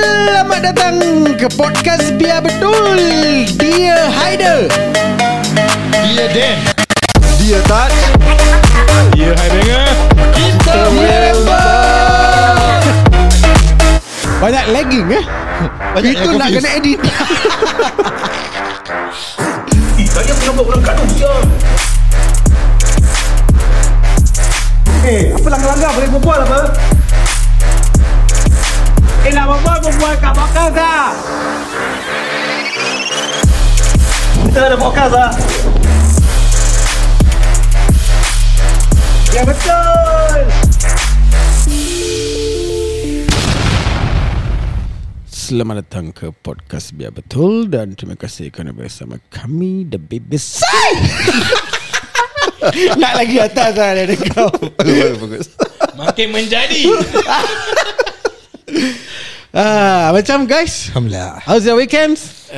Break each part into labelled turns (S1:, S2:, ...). S1: Selamat datang ke podcast Biar Betul Dia Haider
S2: Dia Dan
S3: Dia tak
S2: Dia Hai Banger Kita
S1: Banyak lagging eh
S2: Banyak
S1: Itu
S2: yang
S1: nak
S2: confused.
S1: kena edit
S4: Saya punya buat orang kandung dia Eh, apa langgar-langgar boleh berbual apa? Eh, nak berbual, berbual kat podcast lah Kita ada podcast lah Ya betul
S1: Selamat datang ke podcast Biar Betul Dan terima kasih kerana bersama kami The BBC Nak lagi atas lah dari kau
S3: Bagus
S2: Makin menjadi
S1: ah, Macam guys
S3: Alhamdulillah
S1: How's your weekends?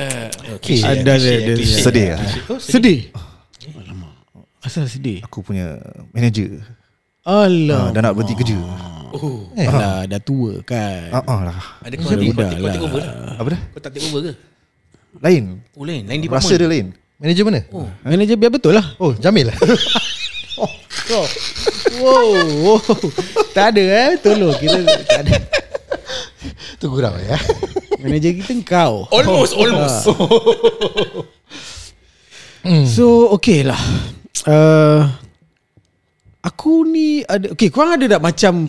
S3: Okay
S1: Ada ada
S3: Sedih lah
S1: Sedih Alamak Oh, Asal sedih
S3: Aku punya manager
S1: Alam
S3: ah, Dah nak berhenti kerja
S1: Eh lah dah tua kan
S3: Ah ah lah
S5: Ada kau ada
S1: Budak
S5: kau kau take over lah.
S3: Apa dah?
S5: Kau tak take over ke?
S3: Lain
S5: Oh lain, lain di
S3: Rasa dia lain
S6: Manager mana? Oh,
S1: Manager biar betul lah
S6: oh Jamil lah
S1: Wow, wow. Tak ada eh Tolong kita tak ada
S6: Tu gurau ya
S1: Manager kita kau
S2: Almost Almost
S3: lah. Hmm.
S1: So okay lah uh, Aku ni ada Okay korang ada tak macam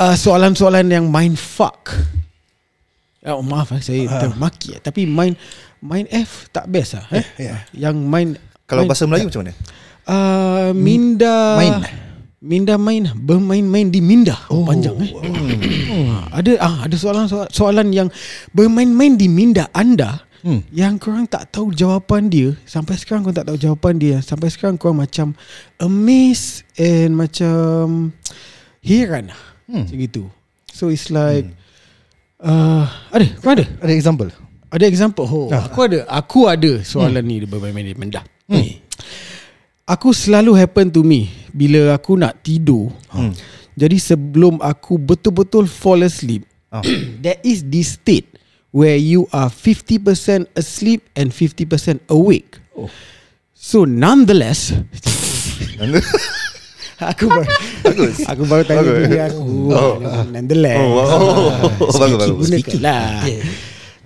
S1: uh, Soalan-soalan yang mind fuck Oh, maaf eh, saya
S3: Ah.
S1: termaki eh. Tapi mind mind F tak best lah eh?
S3: Ya,
S1: Yang mind
S3: Kalau
S1: mind,
S3: bahasa Melayu macam mana?
S1: Uh, Minda
S6: Main.
S1: Minda main Bermain-main di Minda oh, Panjang eh Ah, Ada ah, ada soalan soalan yang Bermain-main di Minda anda hmm. Yang korang tak tahu jawapan dia Sampai sekarang korang tak tahu jawapan dia Sampai sekarang korang macam Amazed And macam Heran lah hmm. Macam gitu So it's like hmm. uh, Ada korang ada?
S6: Ada example
S1: Ada example oh,
S3: Ah.
S1: Aku ada Aku ada soalan hmm. ni Dia bermain-main di Minda hmm. Aku selalu happen to me Bila aku nak tidur hmm. Jadi sebelum aku betul-betul fall asleep
S3: Ah.
S1: oh. There is this state Where you are 50% asleep And 50% awake oh. So nonetheless Aku baru
S3: Bagus.
S1: Aku baru tanya
S3: Bagus.
S1: diri aku oh. Nonetheless
S3: Oh, wow.
S1: Speaky
S3: Bagus, bagus.
S1: gunakan lah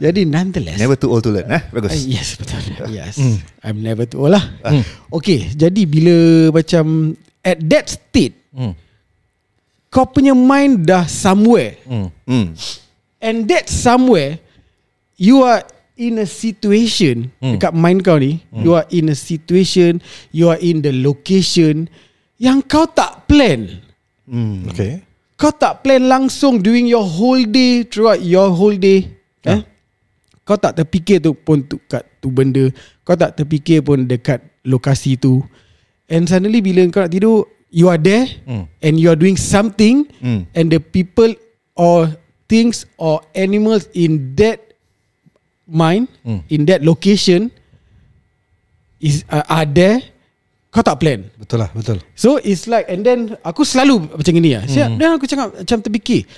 S1: Jadi nonetheless
S3: Never too old to learn eh? Bagus
S1: Uh, yes betul. Yes. Mm. I'm never too old lah. Mm. Okay jadi bila macam at that state mm. kau punya mind dah somewhere mm.
S3: hmm.
S1: and that somewhere you are in a situation mm. dekat mind kau ni mm. you are in a situation you are in the location yang kau tak plan.
S3: Hmm.
S6: Okay
S1: Kau tak plan langsung during your whole day throughout your whole day. Eh? Kau tak terfikir tu pun tu, kat tu benda. Kau tak terfikir pun dekat lokasi tu. And suddenly bila kau nak tidur, you are there mm. and you are doing something mm. and the people or things or animals in that mind, mm. in that location is uh, are there. Kau tak plan.
S6: Betul lah betul
S1: So it's like And then Aku selalu macam ni lah Siap Dan aku cakap Macam terfikir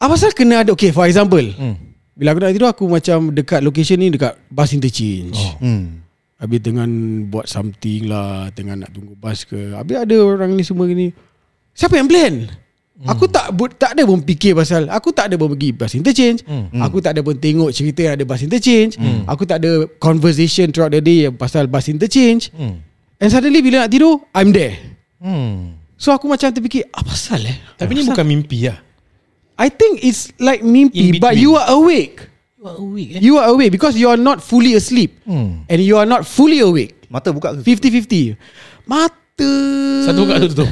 S1: Apa pasal kena ada Okay for example Bila aku nak tidur Aku macam dekat location ni Dekat bus interchange
S3: Hmm.
S1: Habis dengan Buat something lah Tengah nak tunggu bus ke Habis ada orang ni semua ni Siapa yang plan? Aku tak bu- tak ada pun fikir pasal Aku tak ada pun pergi bus interchange Aku tak ada pun tengok cerita yang ada bus interchange Aku tak ada conversation throughout the day yang Pasal bus interchange And suddenly bila nak tidur I'm there
S6: Hmm
S1: So aku macam terfikir Apa pasal eh
S2: Tapi ni bukan mimpi lah
S1: I think it's like mimpi
S2: In
S1: But
S2: between.
S1: you are awake
S5: You are awake eh.
S1: You are awake Because you are not fully asleep hmm. And you are not fully awake
S3: Mata buka ke?
S1: 50-50 Mata
S2: Satu buka satu tutup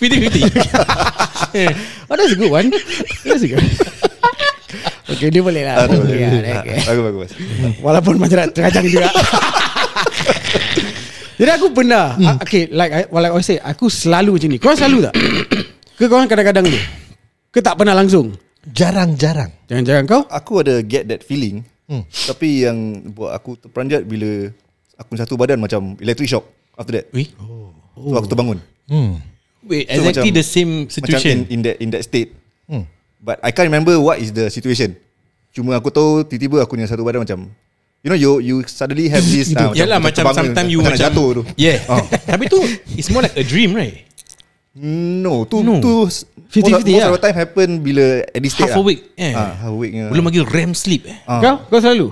S2: 50-50
S1: Oh that's a good one That's a good Okay dia boleh lah
S3: Ah, tu,
S1: okay,
S3: tu.
S1: lah, okay.
S3: Ah, Bagus bagus
S1: Walaupun macam nak terkacang juga Jadi aku pernah hmm. Okay like I, well, like I say Aku selalu macam ni Korang selalu tak? Ke korang kadang-kadang ni? Ke tak pernah langsung?
S6: Jarang-jarang
S1: Jangan-jangan kau
S3: Aku ada get that feeling Tapi yang buat aku terperanjat bila Aku punya satu badan macam electric shock After that
S2: Weh.
S3: So aku terbangun
S6: Hmm
S2: Wait
S3: So,
S2: exactly
S3: macam-
S2: the same
S3: Macam in,
S2: situation
S3: in that in that state. But I can't remember what is the situation. Cuma aku tahu tiba-tiba aku punya satu badan macam You know you you suddenly have this ah,
S2: Yalah macam
S3: terbangun,
S2: sometimes you
S3: macam
S2: macam
S3: nak jatuh tu.
S2: Yeah.
S3: Ah.
S2: Tapi tu it's more like a dream right?
S3: No, tu
S2: No.
S1: 50-50
S3: tu most, most
S1: lah.
S3: of the time happen bila at this state
S2: Half
S3: lah.
S2: awake. Eh.
S3: Ah, half awake punya.
S2: Belum lagi REM sleep eh.
S3: Ah.
S1: Kau kau selalu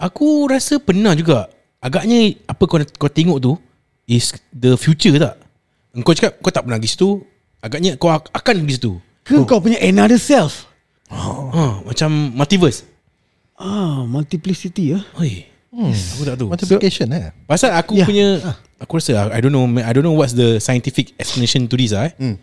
S2: Aku rasa pernah juga. Agaknya apa kau kau tengok tu is the future tak? Engkau cakap kau tak pernah pergi situ, agaknya kau ak- akan pergi situ.
S1: ke kau punya another self?
S3: Oh.
S2: Ha, macam multiverse.
S1: Ah, multiplicity ya.
S2: Oi. Hmm. Aku tak tahu.
S6: Multiplication eh.
S2: Pasal aku
S1: Yeah.
S2: yeah. punya
S6: Ah.
S2: aku rasa I don't know I don't know what's the scientific explanation to this ah. Eh?
S6: Hmm.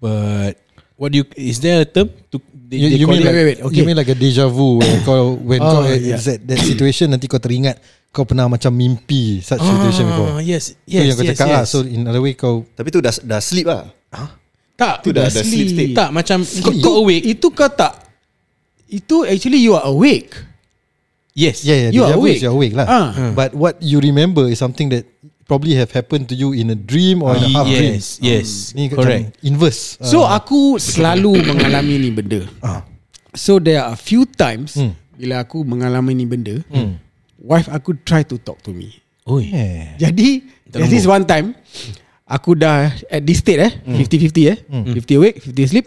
S2: But what do you is there a term to they,
S6: You,
S2: they
S6: you
S2: call
S6: mean
S2: it-
S6: like,
S1: wait, wait, okay.
S6: you mean like a deja vu when kau when
S1: Oh,
S6: kau
S1: yeah.
S6: yeah. that, that situation nanti kau teringat kau pernah macam mimpi such situation
S2: Ah,
S6: before.
S2: yes, yes,
S6: Yes, yang kau
S2: yes,
S6: cakap
S2: yes.
S6: lah. So in other way kau
S3: Tapi tu dah dah sleep lah.
S2: tak
S3: Tu dah dah sleep state.
S2: tak macam kau, kau awake.
S1: Itu kau tak itu actually you are awake.
S2: Yes.
S6: yeah yeah
S1: You
S6: deja
S1: are
S6: vu is
S1: awake.
S6: you're awake lah.
S1: Ah.
S6: But what you remember is something that probably have happened to you in a dream or in a half dream. Hmm.
S2: Yes, yes.
S6: Ni kau
S2: Correct.
S6: macam
S1: Uh.
S6: inverse. Ah.
S1: So aku selalu mengalami ni benda. So there are a few times bila aku mengalami ni benda, wife aku try to talk to me.
S2: Oi.
S6: yeah.
S1: Jadi there's this one time aku dah at this state eh 50-50 eh 50 awake 50 sleep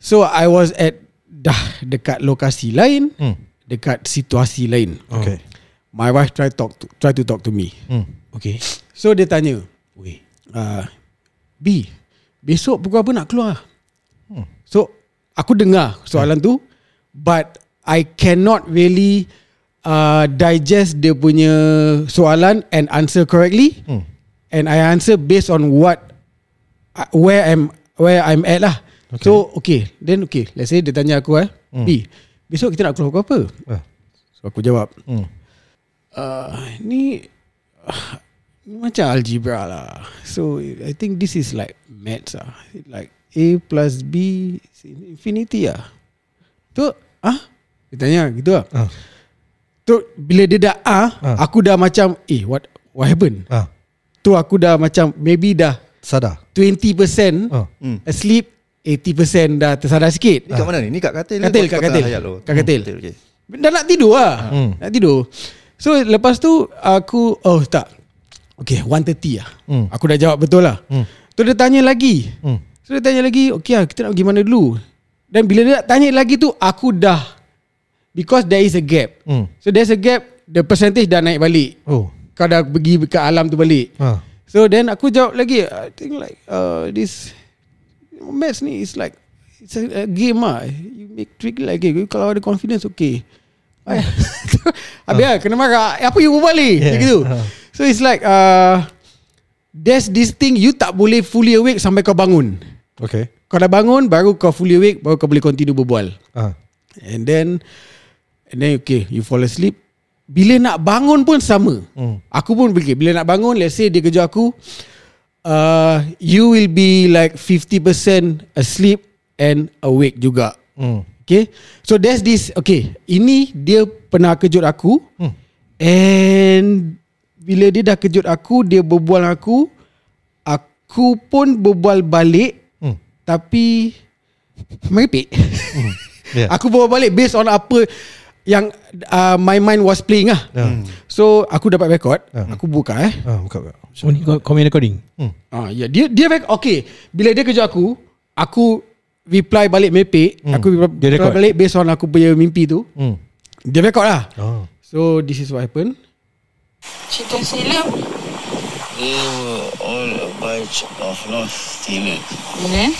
S1: So I was at dah dekat lokasi lain dekat situasi lain
S6: Okay.
S1: My wife try talk to, try to talk to me
S2: Okay.
S1: So dia tanya
S2: Oi.
S1: uh, B Besok pukul apa nak keluar So Aku dengar soalan tu But I cannot really uh, Digest dia punya soalan And answer correctly And I answer based on what uh, Where I'm Where I'm at lah okay. So okay Then okay Let's say dia tanya aku eh B Besok kita nak keluar pukul apa
S6: Ah.
S1: So aku jawab uh, Ni Ni macam algebra lah So I think this is like maths lah Like A plus B is infinity lah Tu ah Dia tanya gitu lah
S6: Ah.
S1: Tu bila dia dah ah, Aku dah macam Eh what what happened
S6: Ah,
S1: Tu aku dah macam Maybe dah
S6: sadar.
S1: 20%
S6: Ah.
S1: asleep 80% dah tersadar sikit
S3: Ni kat mana ni? Ni kat katil. ke
S1: Katil, kat
S3: kau- kau
S1: katil.
S3: tengah hayat tu?
S1: Kat katil.
S3: okay.
S1: Dah nak tidur lah hmm. Nak tidur So lepas tu Aku Oh tak Okay 1.30 lah hmm. Aku dah jawab betul lah hmm. Tu dia tanya lagi hmm. So dia tanya lagi Okay lah kita nak pergi mana dulu Dan bila dia nak tanya lagi tu Aku dah Because there is a gap
S6: Hmm.
S1: So there's a gap The percentage dah naik balik
S6: Oh.
S1: Kau dah pergi ke alam tu balik
S6: Ah.
S1: So then aku jawab lagi I think like uh, This Match ni is like It's a, a game lah You make trick like game Kalau ada confidence okay Ay- Habis lah kena marah Eh, Apa you buat ni yeah. Gitu So it's like uh, There's this thing You tak boleh fully awake Sampai kau bangun
S6: Okay.
S1: Kau dah bangun Baru kau fully awake Baru kau boleh continue berbual
S6: Ah.
S1: And then And then okay You fall asleep Bila nak bangun pun sama hmm. Aku pun fikir Bila nak bangun Let's say dia kejar aku uh, You will be like 50% asleep And awake juga
S6: Hmm.
S1: Okay So there's this Okay Ini dia pernah kejut aku hmm. And Bila dia dah kejut aku Dia berbual dengan aku Aku pun berbual balik hmm. Tapi Meripik hmm.
S6: Yeah.
S1: Aku bawa balik based on apa yang uh, my mind was playing lah. So aku dapat record, aku buka eh.
S6: Ah, buka buka.
S2: So ni kau kau main recording.
S6: Hmm.
S1: Ah ya dia dia rec- okay. Bila dia kejut aku, aku reply balik mepek, aku reply,
S2: Dia record.
S1: reply balik based on aku punya mimpi tu.
S6: Hmm.
S1: Dia record lah.
S6: Oh.
S1: So this is what happened.
S7: Situasi lah
S8: They were all a bunch of North Steelers.
S7: Kemudian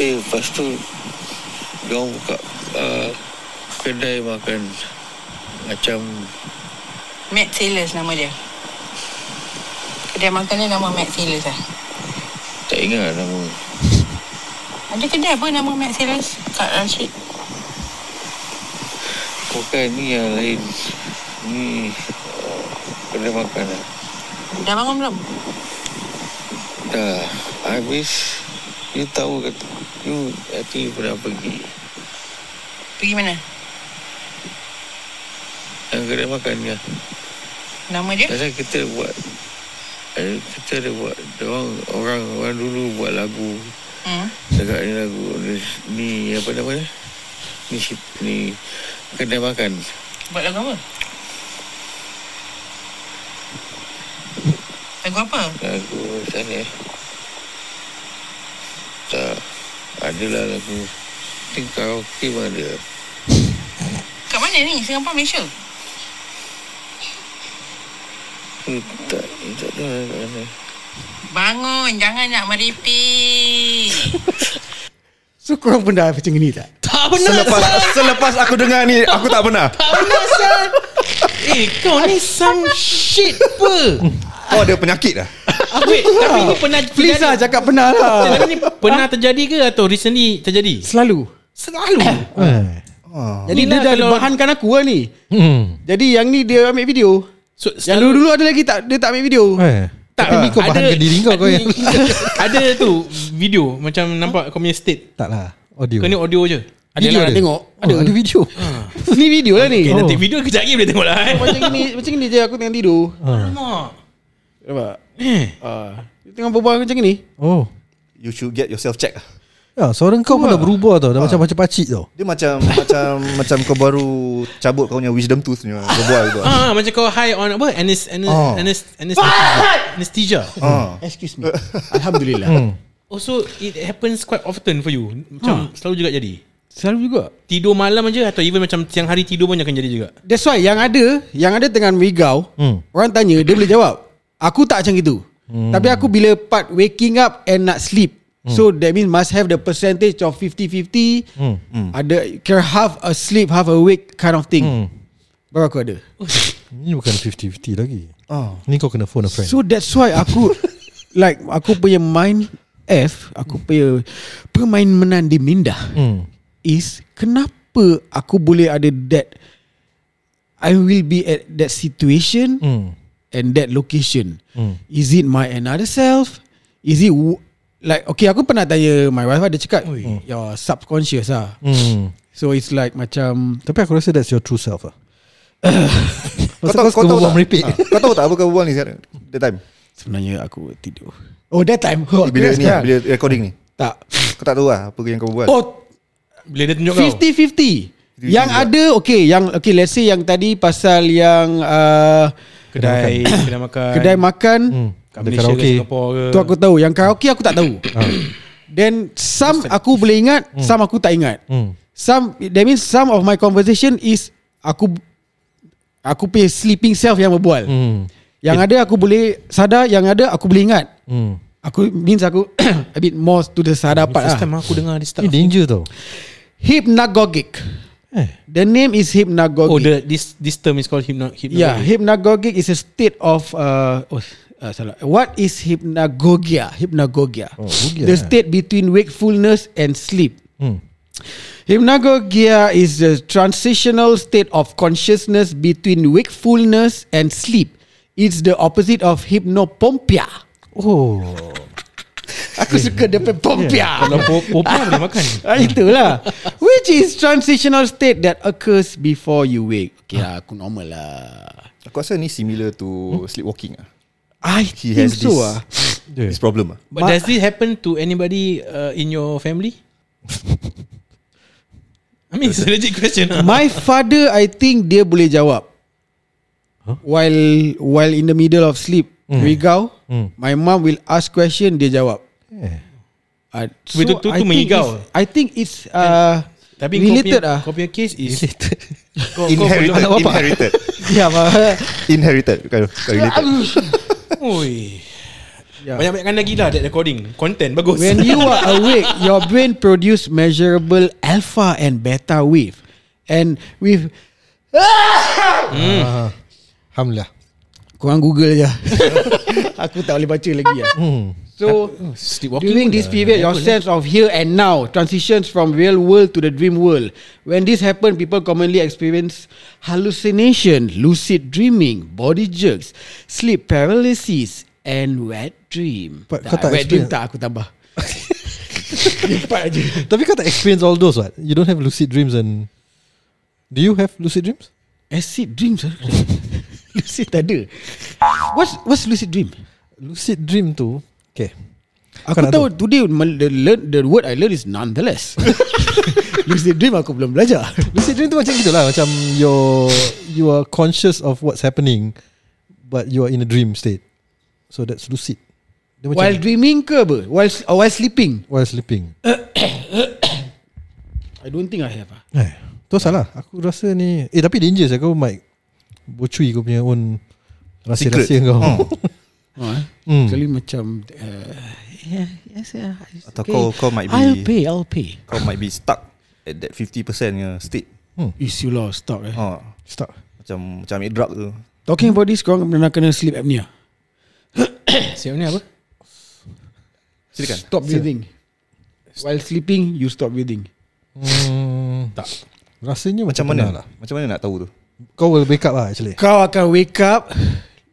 S8: Eh, lepas tu, diorang buka uh, kedai makan macam
S7: Matt Sailors nama dia Kedai makan dia nama Matt Sailors lah
S8: tak ingat nama.
S7: Ada kedai apa nama Matt Sailors Kat Rashid
S8: Bukan ni yang lain. Ni uh, kedai makan lah.
S7: Dah bangun belum?
S8: Dah, habis you tahu kata you I think you pernah pergi
S7: Pergi mana?
S8: yang kedai makan ni lah.
S7: Nama dia?
S8: Pasal kita buat eh, kita ada buat orang orang orang dulu buat lagu
S7: Hmm.
S8: Dekat ni lagu ni, ni apa nama ni? ni, si- ni kedai makan.
S7: Buat lagu apa? Lagu apa?
S8: Lagu macam ni. eh. Tak. Adalah lagu tingkau kim ada.
S7: Kat mana ni? Singapura, Malaysia?
S8: Hmm, tak, tak ada kat mana.
S7: Bangun, jangan nak meripik.
S1: So korang pernah macam ni tak?
S2: Tak pernah
S3: Selepas selepas aku dengar ni aku tak pernah.
S2: Tak pernah San Eh kau ni some shit pe
S3: Kau ada penyakit lah.
S2: Wait Tapi
S6: ah.
S2: ni pernah
S1: Please lah cakap pernah
S2: Tapi
S1: lah
S2: ni pernah terjadi ke Atau recently terjadi
S1: Selalu
S2: Selalu
S6: Eh.
S1: Jadi
S2: Inilah
S1: dia dah
S2: kalau-
S1: bahankan aku lah ni
S6: Hmm.
S1: Jadi yang ni dia ambil video
S2: so,
S1: Yang dulu-dulu ada lagi tak Dia tak ambil video
S6: Eh.
S2: tak,
S6: Tapi kau bahankan diri kau kau yang
S2: Ada tu Video Macam nampak kau punya state
S6: tak lah. Audio.
S2: Kau ni audio je
S1: Video
S2: Adalah
S1: ada?
S2: tengok
S6: Ada, Oh, ada video.
S1: Ni video lah ni
S2: Eh,
S1: oh.
S2: nanti video kejap lagi boleh tengok lah eh.
S1: Macam ni Macam ni je aku tengah tidur
S2: Alamak.
S1: Nampak
S2: Eh.
S1: Ah, Dia tengah berbual macam ni
S6: Oh.
S3: You should get yourself check lah.
S6: Ya, suara kau pun dah berubah tau. Dah macam macam pacik tau.
S3: Dia macam macam macam kau baru cabut kau punya wisdom tooth punya berbual tu. Ah.
S2: Ah, macam kau high on apa? Anes, anes,
S3: Oh.
S2: anes, anesthesia. anesthesia.
S3: Ha.
S1: Excuse me Alhamdulillah
S2: Also, Oh, it happens quite often for you. Macam selalu juga jadi.
S1: Selalu juga
S2: Tidur malam aja atau even macam siang hari tidur pun akan jadi juga.
S1: That's why yang ada Yang ada tengah migau
S6: Hmm.
S1: Orang tanya Dia boleh jawab Aku tak macam itu Tapi aku bila part Waking up and not sleep So that means must have the percentage of 50-50 Ada Kira half asleep Half awake kind of thing Baru aku ada
S6: Ni bukan 50-50 lagi. Ni kau kena phone a friend.
S1: So that's why aku Like aku punya mind F Aku punya Permainan di minda
S6: Hmm.
S1: Is Kenapa aku boleh ada that I will be at that situation
S6: Hmm.
S1: and that location. Mm. Is it my another self? Is it w- like okay aku pernah tanya my wife dia cakap Ui. your subconscious ah.
S6: Hmm.
S1: So it's like macam
S6: Tapi aku rasa that's your true self lah.
S3: Kau
S6: Pasal
S3: tahu kau
S6: suka
S3: tahu
S6: berbual
S3: tak?
S6: meripik.
S3: Ah, Kau tahu tak apa kau berbual ni sekarang? The time.
S1: sebenarnya aku tidur. Oh that time. Oh, kira
S3: Bila ni
S1: sekarang.
S3: bila recording ni.
S1: tak.
S3: Kau tak tahu lah apa yang kau berbual.
S1: Oh
S2: Bila dia tunjuk kau.
S1: 50-50. Yang
S3: juga.
S1: ada okay yang okay let's say yang tadi pasal yang uh,
S2: Kedai, kedai makan.
S1: kedai makan
S2: Kat
S6: Kedai
S2: Malaysia ke
S6: Hmm. karaoke. Ah.
S2: Singapore ke.
S1: Tu aku tahu Yang karaoke aku tak tahu Then Some aku boleh ingat Some aku tak ingat
S6: Hmm.
S1: Some That means some of my conversation is Aku Aku punya sleeping self yang berbual
S6: Hmm.
S1: Yang ada aku boleh Sadar Yang ada aku boleh ingat
S6: Hmm.
S1: Aku means aku A bit more to the sadar part lah
S2: First time aku dengar dia start.
S6: Ni danger tau.
S1: Hypnagogic
S6: Eh.
S1: The name is hypnagogic
S2: Oh, the, this this term is called hypno, hypno
S1: Yeah, hypnagogic is a state of uh, oh, uh, salah. What is hypnagogia? Hypnagogia.
S6: gogia.
S1: The state between wakefulness and sleep.
S6: Hmm.
S1: Hypnagogia is a transitional state of consciousness between wakefulness and sleep. It's the opposite of hypnopompia.
S6: Oh.
S1: Aku suka dia punya pompia.
S2: Kalau po- popia boleh makan.
S1: Ah, itulah. Which is transitional state that occurs before you wake. Okay lah, aku normal lah.
S3: Aku rasa ni similar to sleepwalking ah.
S1: I
S3: He
S1: think
S3: has
S1: so
S3: this
S1: ah.
S3: this problem ah.
S2: But does this happen to anybody uh, in your family? I mean, it's a legit question. lah.
S1: My father I think dia boleh jawab While While in the middle of sleep mm. Rigau
S6: Hmm.
S1: My mom will ask question Dia jawab
S6: Eh.
S1: uh,
S2: Wait, tu- tu- tu mengigau.
S1: it's, I think it's uh,
S2: Tapi
S1: Related ah.
S2: kau punya, kau punya case is related. Kau, kau
S3: Inherited,
S2: belum.
S3: inherited,
S1: Ya yeah,
S3: inherited. Kau kau related.
S2: Oi.
S1: Yeah.
S2: Banyak-banyakkan lagi lah that recording. Content bagus.
S1: Ya. When you are awake Your brain produce measurable Alpha and beta wave And with
S6: Alhamdulillah.
S1: Korang google je Aku tak boleh baca lagi lah.
S6: Hmm.
S1: So
S2: Sleepwalking
S1: During
S2: pun
S1: this
S2: dah
S1: period, your
S2: level, eh.
S1: sense of here and now transitions from real world to the dream world. When this happens, people commonly experience hallucination, lucid dreaming, body jerks, sleep paralysis, and wet dream.
S6: But kau tak
S1: wet dream
S6: experience-
S1: tak aku tambah. Empat aja.
S6: Tapi kau tak experience all those what? You don't have lucid dreams and Do you have lucid dreams?
S1: Acid dreams. ah. lucid tak ada. What's what's lucid dream?
S6: Lucid dream tu Okay
S1: Aku
S6: nak
S1: tahu today the, learn, the word I learn is nonetheless. Lucid dream aku belum belajar
S6: Lucid dream tu macam gitulah Macam you're You are conscious of what's happening But you are in a dream state So that's lucid Dia macam
S1: While dreaming ke apa While, or while sleeping
S6: While sleeping
S1: I don't think I have ah.
S6: eh, Tu salah Aku rasa ni Eh tapi danger saya Kau might Bocui kau punya own Rahsia-rahsia kau
S3: Hmm.
S1: Oh, eh?
S6: Hmm.
S1: Actually macam uh, yeah, yes, yeah.
S3: Atau kau- kau might be-
S1: I'll pay I'll pay
S3: Kau might be stuck At that 50% punya state
S1: Is you lost Stop eh
S3: ha.
S6: Stop
S3: Macam Macam ambil drug tu
S1: Talking about this Korang pernah kena sleep apnea
S2: Siap ni apa?
S3: Silakan
S1: Stop breathing While sleeping You stop breathing
S6: Hmm, tak. Rasanya
S3: Macam
S6: macam,
S3: mana
S6: pernah
S3: lah. Macam mana nak tahu tu
S6: Kau will wake up lah actually.
S1: Kau akan wake up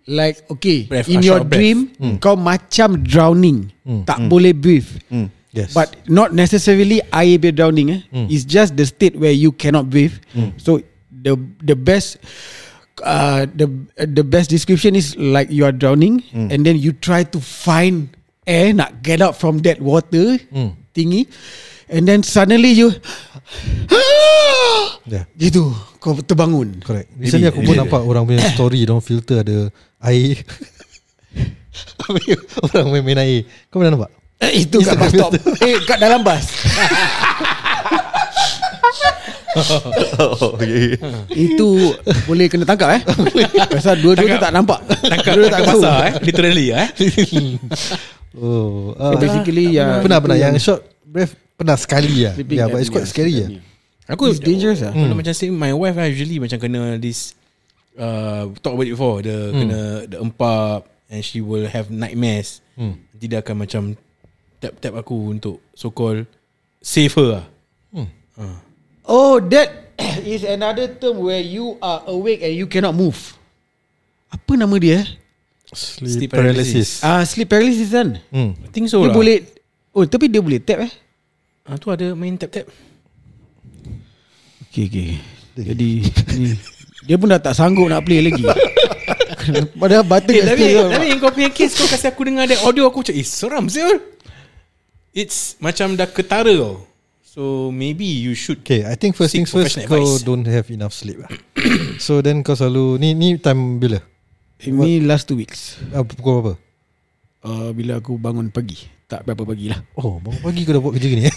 S1: Like okay
S2: Breath,
S1: In
S2: short
S1: your
S2: breath.
S1: dream Kau macam drowning Tak boleh breathe
S3: hmm.
S6: Yes.
S1: But not necessarily air be drowning eh. It's just the state where you cannot breathe. So the the best uh, the the best description is like you are drowning and then you try to find air nak get out from that water thingy and then suddenly you
S6: yeah,
S1: gitu kau terbangun.
S6: Ya, correct. Recently aku pun nampak orang punya story dong filter ada air. orang main, main air. Kau pernah nampak?
S1: Eh, itu kat bus stop. eh kat dalam bus.
S3: oh, okay.
S1: itu boleh kena tangkap eh. Pasal dua-dua tu tak nampak.
S2: Tangkap
S1: Dua-dua
S2: tak
S1: tahu.
S2: pasar eh Literally eh
S6: Oh,
S1: So
S6: uh,
S1: basically yang
S6: pernah pernah yang short breath pernah sekali ya.
S1: Sleeping
S6: Yeah, but it's
S1: apnea,
S6: quite scary ya.
S1: sleeping
S2: Aku
S1: It's dangerous lah.
S2: Kalau macam say My wife lah usually Macam kena this uh, Talk about it before The kena The empap And she will have nightmares Nanti dia akan macam Tap-tap aku untuk So called Save her lah
S1: Oh, that is another term where you are awake and you cannot move. Apa nama dia? eh?
S6: Sleep
S2: paralysis.
S1: Ah, uh, sleep paralysis kan?
S6: Hmm.
S2: I think so
S1: Dia
S2: lah
S1: boleh Oh, tapi dia boleh tap eh?
S2: ah, Tu ada main tap-tap
S1: Okay, okay. Jadi ni dia pun dah tak sanggup nak play lagi. Padahal batu
S2: Eh,
S1: kat
S2: tapi,
S1: skill
S2: tapi yang kau punya case Kau kasi aku dengar That audio aku macam Eh seram siul It's macam dah ketara kau So maybe you should
S6: Okay, I think first
S2: Seek
S6: things first
S2: professional
S6: kau
S2: advice.
S6: don't have enough sleep lah. so then kau selalu ni ni time bila?
S1: Ini last two weeks.
S6: Uh, pukul berapa?
S1: Uh, bila aku bangun pagi. Tak berapa pagi lah.
S6: Oh, bangun pagi kau dah buat kerja gini eh?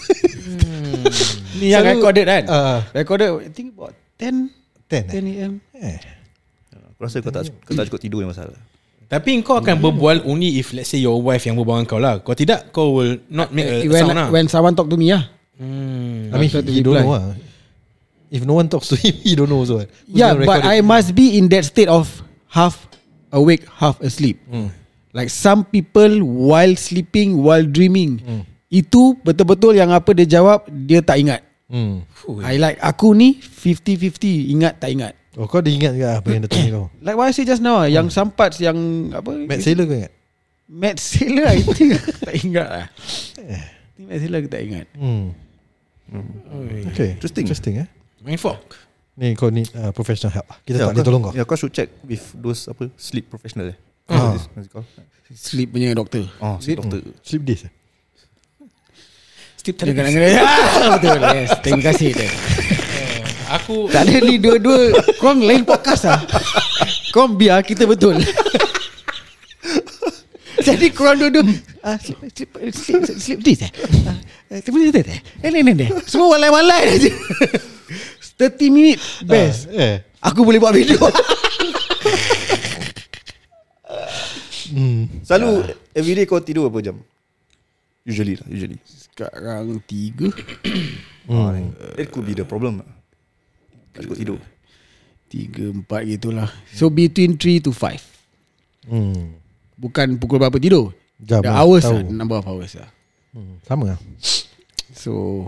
S1: Ni yang
S6: Selalu-
S1: recorded kan?
S6: Ah.
S1: recorded I think about 10
S6: 10 eh?
S1: 10 am.
S6: eh?
S3: Aku rasa kau tak, kau tak cukup tidur ni masalah
S2: Tapi kau akan berbual only if let's say your wife yang berbual dengan kau lah. Kau tidak, kau will not make a
S1: when,
S2: sound lah.
S1: when someone talk to me lah.
S6: I mean,
S1: Try to
S6: he, he don't
S1: reply.
S6: know lah. If no one talks to him, he don't know also. eh? Who's
S1: Yeah,
S6: gonna
S1: but
S6: record
S1: I
S6: it?
S1: must be in that state of half awake, half asleep. Like some people while sleeping, while dreaming. Itu betul-betul yang apa dia jawab, dia tak ingat.
S6: Hmm.
S1: I like aku ni 50-50 ingat tak ingat.
S6: Oh, kau dia ingat juga apa yang dia tanya kau.
S1: Like what I say just now, ah, yang some parts yang apa
S6: Matt Sailor kau ingat?
S1: Matt Sailor I think aku tak ingat lah. I think Matt Sailor aku tak ingat.
S6: Hmm. Okay.
S3: Interesting.
S6: Interesting eh.
S2: Main fork.
S6: Ni kau need uh, professional help lah. Kita tak boleh tolong kau.
S3: Ya kau should check With those apa Sleep professional eh
S6: Ah.
S3: What is- what is it called?
S1: Sleep punya doktor.
S3: Oh sleep doctor
S6: Sleep this. eh?
S2: Steve
S1: Dia
S2: Therapist.
S1: kadang-kadang ah, Betul yes. Terima kasih Tan.
S2: Aku
S1: Tak ada ni dua-dua Korang lain podcast lah Korang biar kita betul Jadi korang dua-dua ah, Sleep Sleep Sleep Sleep this eh Ah, eh, Sleep this eh Eh ni ni ni Semua walai-walai je 30 minit Best
S6: Ah, eh.
S1: Aku boleh buat video
S3: Selalu
S6: Ah.
S3: Everyday kau tidur berapa jam Usually lah Usually
S1: Sekarang tiga
S3: hmm. That could be the problem lah. Tak cukup tidur
S1: Tiga empat lah. gitulah So between three to five
S6: Hmm.
S1: Bukan pukul berapa tidur
S6: Jam
S1: The
S6: lah,
S1: hours
S6: tahu.
S1: lah Number of hours lah
S6: Hmm. Sama lah.
S1: So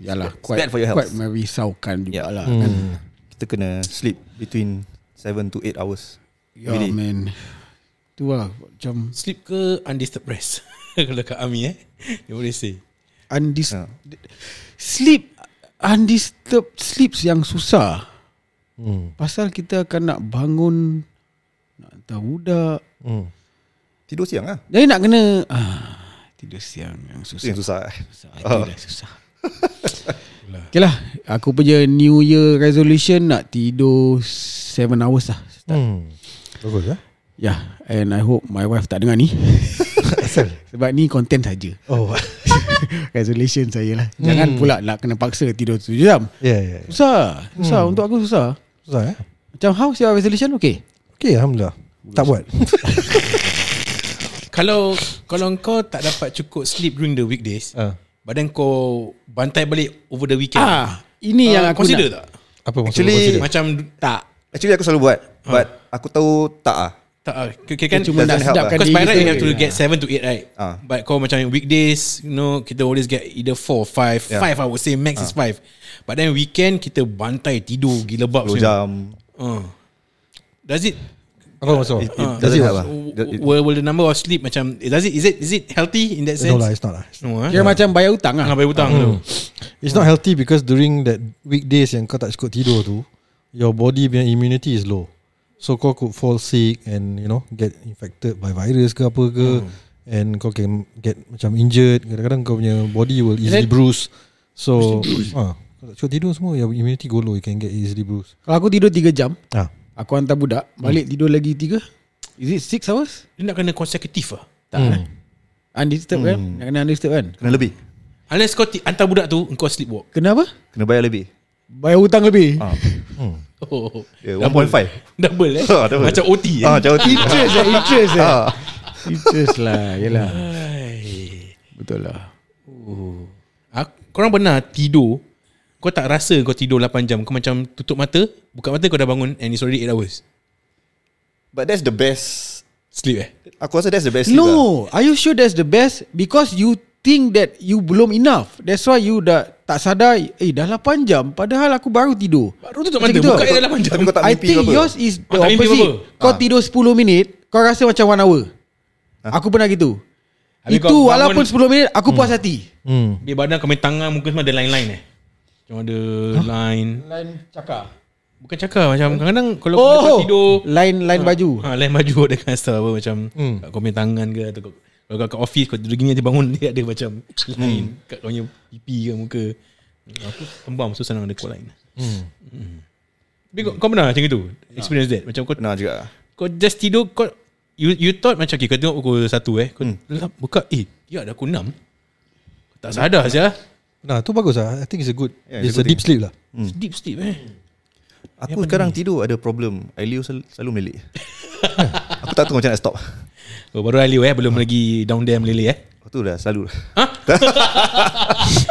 S1: Yalah
S3: It's
S1: quite,
S3: bad for your health.
S1: Quite merisaukan
S3: Yeah.
S1: jugalah yeah. kan
S6: Hmm.
S3: Kita kena sleep Between 7 to 8 hours
S1: Ya
S3: Really?
S1: man Tu lah Macam
S2: sleep ke undisturbed rest. Kalau kat army eh. Dia boleh say.
S1: undis-
S3: Yeah.
S1: Sleep Undisturbed sleeps yang susah
S6: Hmm.
S1: Pasal kita akan nak bangun Nak hantar budak
S6: Hmm.
S3: Tidur siang lah
S1: Jadi nak kena ah, Tidur siang yang
S3: Itu
S1: susah Ah.
S3: yang susah eh.
S1: Susah, itu dah susah Okay lah Aku punya new year resolution Nak tidur 7 hours lah
S6: Hmm. Bagus lah.
S1: Yeah And I hope my wife tak dengar ni
S6: Asal.
S1: Sebab ni content saja.
S6: Oh.
S1: Resolution saya lah Jangan pula nak kena paksa tidur 7 jam Hmm.
S6: yeah, yeah. yeah.
S1: Susah Susah untuk aku susah
S6: Susah eh?
S1: Macam how's your resolution okay
S6: Okay, Alhamdulillah. Tak buat.
S2: Kalau Kalau kau tak dapat cukup sleep During the weekdays
S6: Ah.
S2: Badan kau Bantai balik Over the weekend
S1: Ah, ini yang aku
S2: Consider
S1: nak.
S2: tak?
S6: Apa maksud Ah.
S3: Actually-
S6: kau consider?
S2: Macam Tak
S3: Actually aku selalu buat But aku tahu tak ah.
S2: tak, ah, kira kan
S1: Cuma nak
S3: doesn't help
S1: sedapkan
S2: Because
S1: diri
S2: by right
S1: kita.
S2: you have to get 7 to 8 right
S3: Ah.
S2: But kau macam weekdays You know Kita always get either 4 5
S3: Yeah.
S2: 5 I would say max is 5 But then weekend Kita bantai tidur Gila bab
S3: 10
S2: semua.
S3: jam
S2: Ah. Does it
S6: Apa Ah. maksud
S3: It,
S6: kau?
S3: it doesn't help lah
S2: w- will, will the number of sleep Macam Does it Is it is it healthy in that sense
S6: No lah, Hmm. it's not lah.
S2: No eh
S1: Kira macam bayar hutang lah
S2: Nak bayar hutang tu
S6: It's not healthy because during that weekdays yang kau tak cukup tidur tu, your body punya immunity is low. So kau could fall sick and you know get infected by virus ke apa ke and kau can get macam injured. Kadang-kadang kau punya body will easily
S1: then-
S6: bruise. So ah, kau tak cukup tidur semua your immunity go low you can get easily bruise.
S1: Kalau aku tidur 3 jam
S6: Ah.
S1: Aku hantar budak Balik tidur lagi 3 Is it 6 hours?
S2: Dia nak kena consecutive lah
S1: Tak hmm. Undisturbed kan Nak kena undisturbed kan
S3: Kena lebih
S2: Unless kau ti- hantar budak tu Kau sleepwalk
S1: Kena apa?
S3: Kena bayar lebih
S1: Bayar hutang lebih
S3: Ah.
S2: oh.
S3: yeah, 1.5
S2: Double eh
S3: Ah, double.
S2: Macam OT eh
S3: Ah, jauh tidur
S1: Interest lah Interest
S6: eh.
S1: lah
S3: Ah.
S1: Interest lah Yelah Betul lah
S2: Aku, Ah, korang pernah tidur Kau tak rasa kau tidur 8 jam Kau macam tutup mata Buka mata kau dah bangun And it's already 8 hours
S3: But that's the best
S2: Sleep eh
S3: Aku rasa that's the best sleep lah.
S1: No Are you sure that's the best? Because you think that You belum enough That's why you dah Tak sadar Eh dah 8 jam Padahal aku baru tidur
S3: Ah,
S2: Baru tutup
S1: Macam
S2: mata
S1: gitu
S2: Buka
S1: lah.
S2: dia 8 jam
S3: Tapi kau tak
S1: I
S3: mimpi
S1: think
S3: apa?
S1: yours is the
S2: Oh, tak mimpi
S1: opposite
S2: apa-apa.
S1: Kau tidur 10 minit Kau rasa macam 1 hour Aku pernah gitu
S2: Habis
S1: Itu
S2: kau bangun-
S1: walaupun 10 minit Aku puas hati
S6: Hmm.
S2: Dia badan kau main tangan Mungkin semua ada line-line eh Macam ada line
S1: Line cakar
S2: Bukan cakar Macam kadang-kadang Kalau oh. kau
S1: Oh
S2: tidur
S1: Line line baju
S2: ha, Line baju Ada kan style apa Macam hmm. Kau punya tangan ke atau kau, Kalau kau kat office Kau tidur gini Nanti bangun Dia ada macam Line Kat kau punya pipi ke muka Aku kembang So senang ada kau line hmm. Tapi kau, kau pernah macam itu Experience that Macam kau
S3: Pernah juga
S2: Kau just tidur Kau You you thought macam okay, Kau tengok pukul 1 eh Kau lap, buka Eh ya dah aku 6 Tak sadar saja
S6: Nah, tu bagus lah. I think it's a good.
S3: Yeah,
S6: it's
S3: it's a
S6: a
S3: good
S6: deep sleep lah.
S2: It's Deep sleep eh
S3: Aku sekarang tidur ada problem Ailio sel- selalu melek Aku tak tahu macam nak stop
S2: Oh, baru Aliu eh Belum lagi down there meleleh eh
S3: Aku tu dah selalu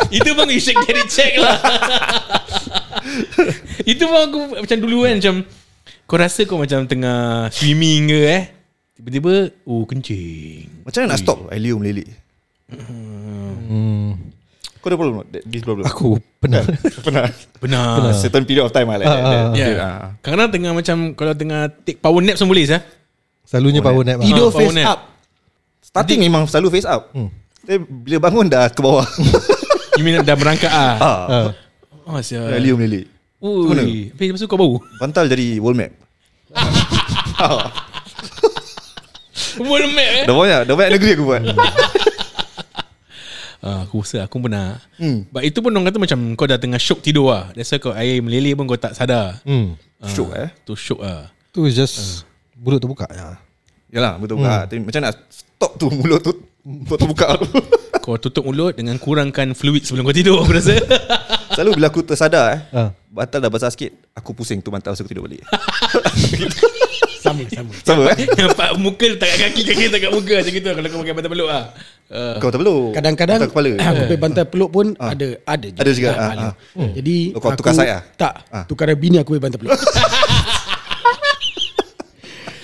S2: Itu pun you should get it check lah Itu pun aku Macam dulu kan Macam Kau rasa kau macam tengah Swimming ke eh Tiba-tiba Oh kencing
S3: Macam mana nak stop Ailio melek Kau ada problem or not? That- This problem
S6: Aku pernah.
S3: Pernah
S2: Benar
S3: Certain period of time lah like that, that-
S2: Ya.
S3: that-
S2: Yeah.
S3: ah.
S2: Kadang-kadang tengah macam Kalau tengah Take power nap semua boleh sah
S6: Selalunya power nap. lah.
S1: Tidur
S2: Ah, power
S1: face
S2: nap.
S1: up
S3: Starting memang selalu face up Tapi bila bangun dah ke bawah
S2: You mean dah merangkak ah.
S3: Ah,
S2: Oh sia
S3: Ailio melek mana?
S2: Ui Tapi lepas tu kau bau
S3: Bantal jadi wall map Ah.
S2: World map eh
S3: Dah banyak Dah banyak negeri aku buat
S2: ah, Aku rasa aku pernah But itu pun orang kata macam Kau dah tengah syok tidur lah That's why kau air meleleh pun kau tak sadar Ah,
S6: Hmm.
S3: Stroke eh
S2: Tu syok lah
S6: Tu is just mulut terbuka. Ya.
S3: Yalah betul buka Tapi macam nak stop tu mulut tu Mulut tu buka tu
S2: Kau tutup mulut dengan kurangkan fluid sebelum kau tidur aku rasa.
S3: Selalu bila aku tersadar eh
S2: Ha.
S6: Ah.
S3: Bantal dah basah sikit Aku pusing tu bantal So aku tidur balik
S2: sama sama.
S3: Sama eh
S2: Nampak muka letak kat kaki, kaki letak kat muka macam gitu kalau kau pakai bantal peluk ah. Uh,
S3: Kau tak perlu
S1: Kadang-kadang
S3: Bantal kepala Ah.
S1: Aku punya bantal peluk pun Ada Ada juga,
S3: Ada juga, ah,
S1: Alim.
S3: ah.
S1: Jadi
S3: Oh, kau tukar side ah?
S1: Tak
S3: Ah.
S1: Tukar bini aku punya bantal peluk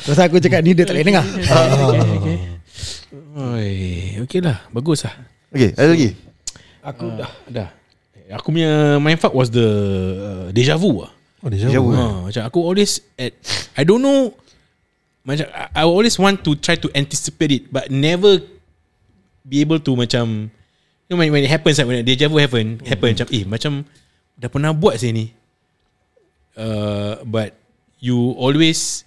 S1: Terus aku cakap ni dia tak boleh dengar
S2: okay, okay. Oi, okay lah. Bagus lah.
S3: Okay ada lagi
S1: Aku dah
S2: Dah. Eh, Aku punya mindfuck was the uh, deja vu lah.
S6: Oh, dia jauh.
S3: Jauh.
S6: eh.
S2: Ha, macam aku always at, I don't know macam I I always want to try to anticipate it but never be able to macam you know when, when it happens like when deja vu happen happen
S6: Mm-hmm.
S2: macam eh macam dah pernah buat sih ni uh, but you always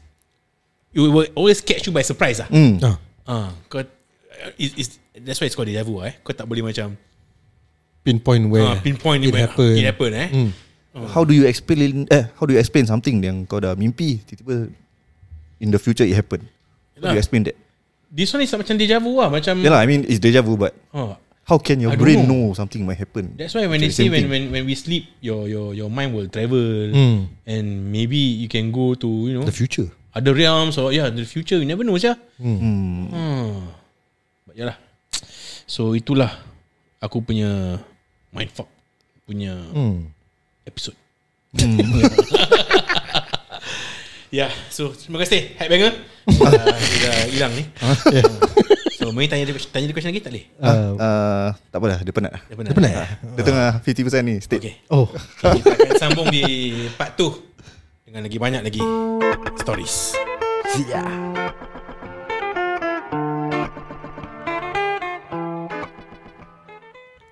S2: you will always catch you by surprise lah uh,
S3: Hmm
S6: Ah.
S2: Ah, kau it, it's, that's why it's called deja vu eh. Kau tak boleh macam
S6: pinpoint where
S2: Ah, pinpoint
S6: it
S2: where
S6: happened.
S2: It happened eh.
S6: Mm.
S3: How do you explain eh how do you explain something yang kau dah mimpi tiba-tiba in the future it happen? How do you
S2: Yalah.
S3: explain that?
S2: This one is macam deja vu lah Macam
S3: Yeah lah, I mean it's deja vu but
S2: Ah,
S3: how can your
S2: I don't
S3: brain
S2: know.
S3: know. something might happen?
S2: That's why when
S3: It's
S2: they say
S3: the same
S2: when,
S3: thing. Hmm.
S2: when when we sleep Your your your mind will travel
S6: Mm.
S2: And maybe you can go to You know
S6: The future.
S2: Other realms Or yeah The future You never know yeah.
S3: Hmm.
S2: Hmm. But yalah. So itulah aku punya mindfuck punya
S6: Hmm.
S2: episode.
S3: Hmm.
S2: Ya, yeah, so terima kasih Headbanger uh, Dah hilang ni
S3: Ah, ya.
S2: So mungkin tanya, dia- tanya dia question lagi tak boleh?
S6: Uh,
S3: Uh, tak apalah, dia penat.
S2: Dah pernah? Dah pernah
S3: Dia tengah 50% ni state.
S2: Okay
S6: oh,
S2: Kita akan sambung di part tu Dengan lagi banyak lagi Stories
S6: yeah.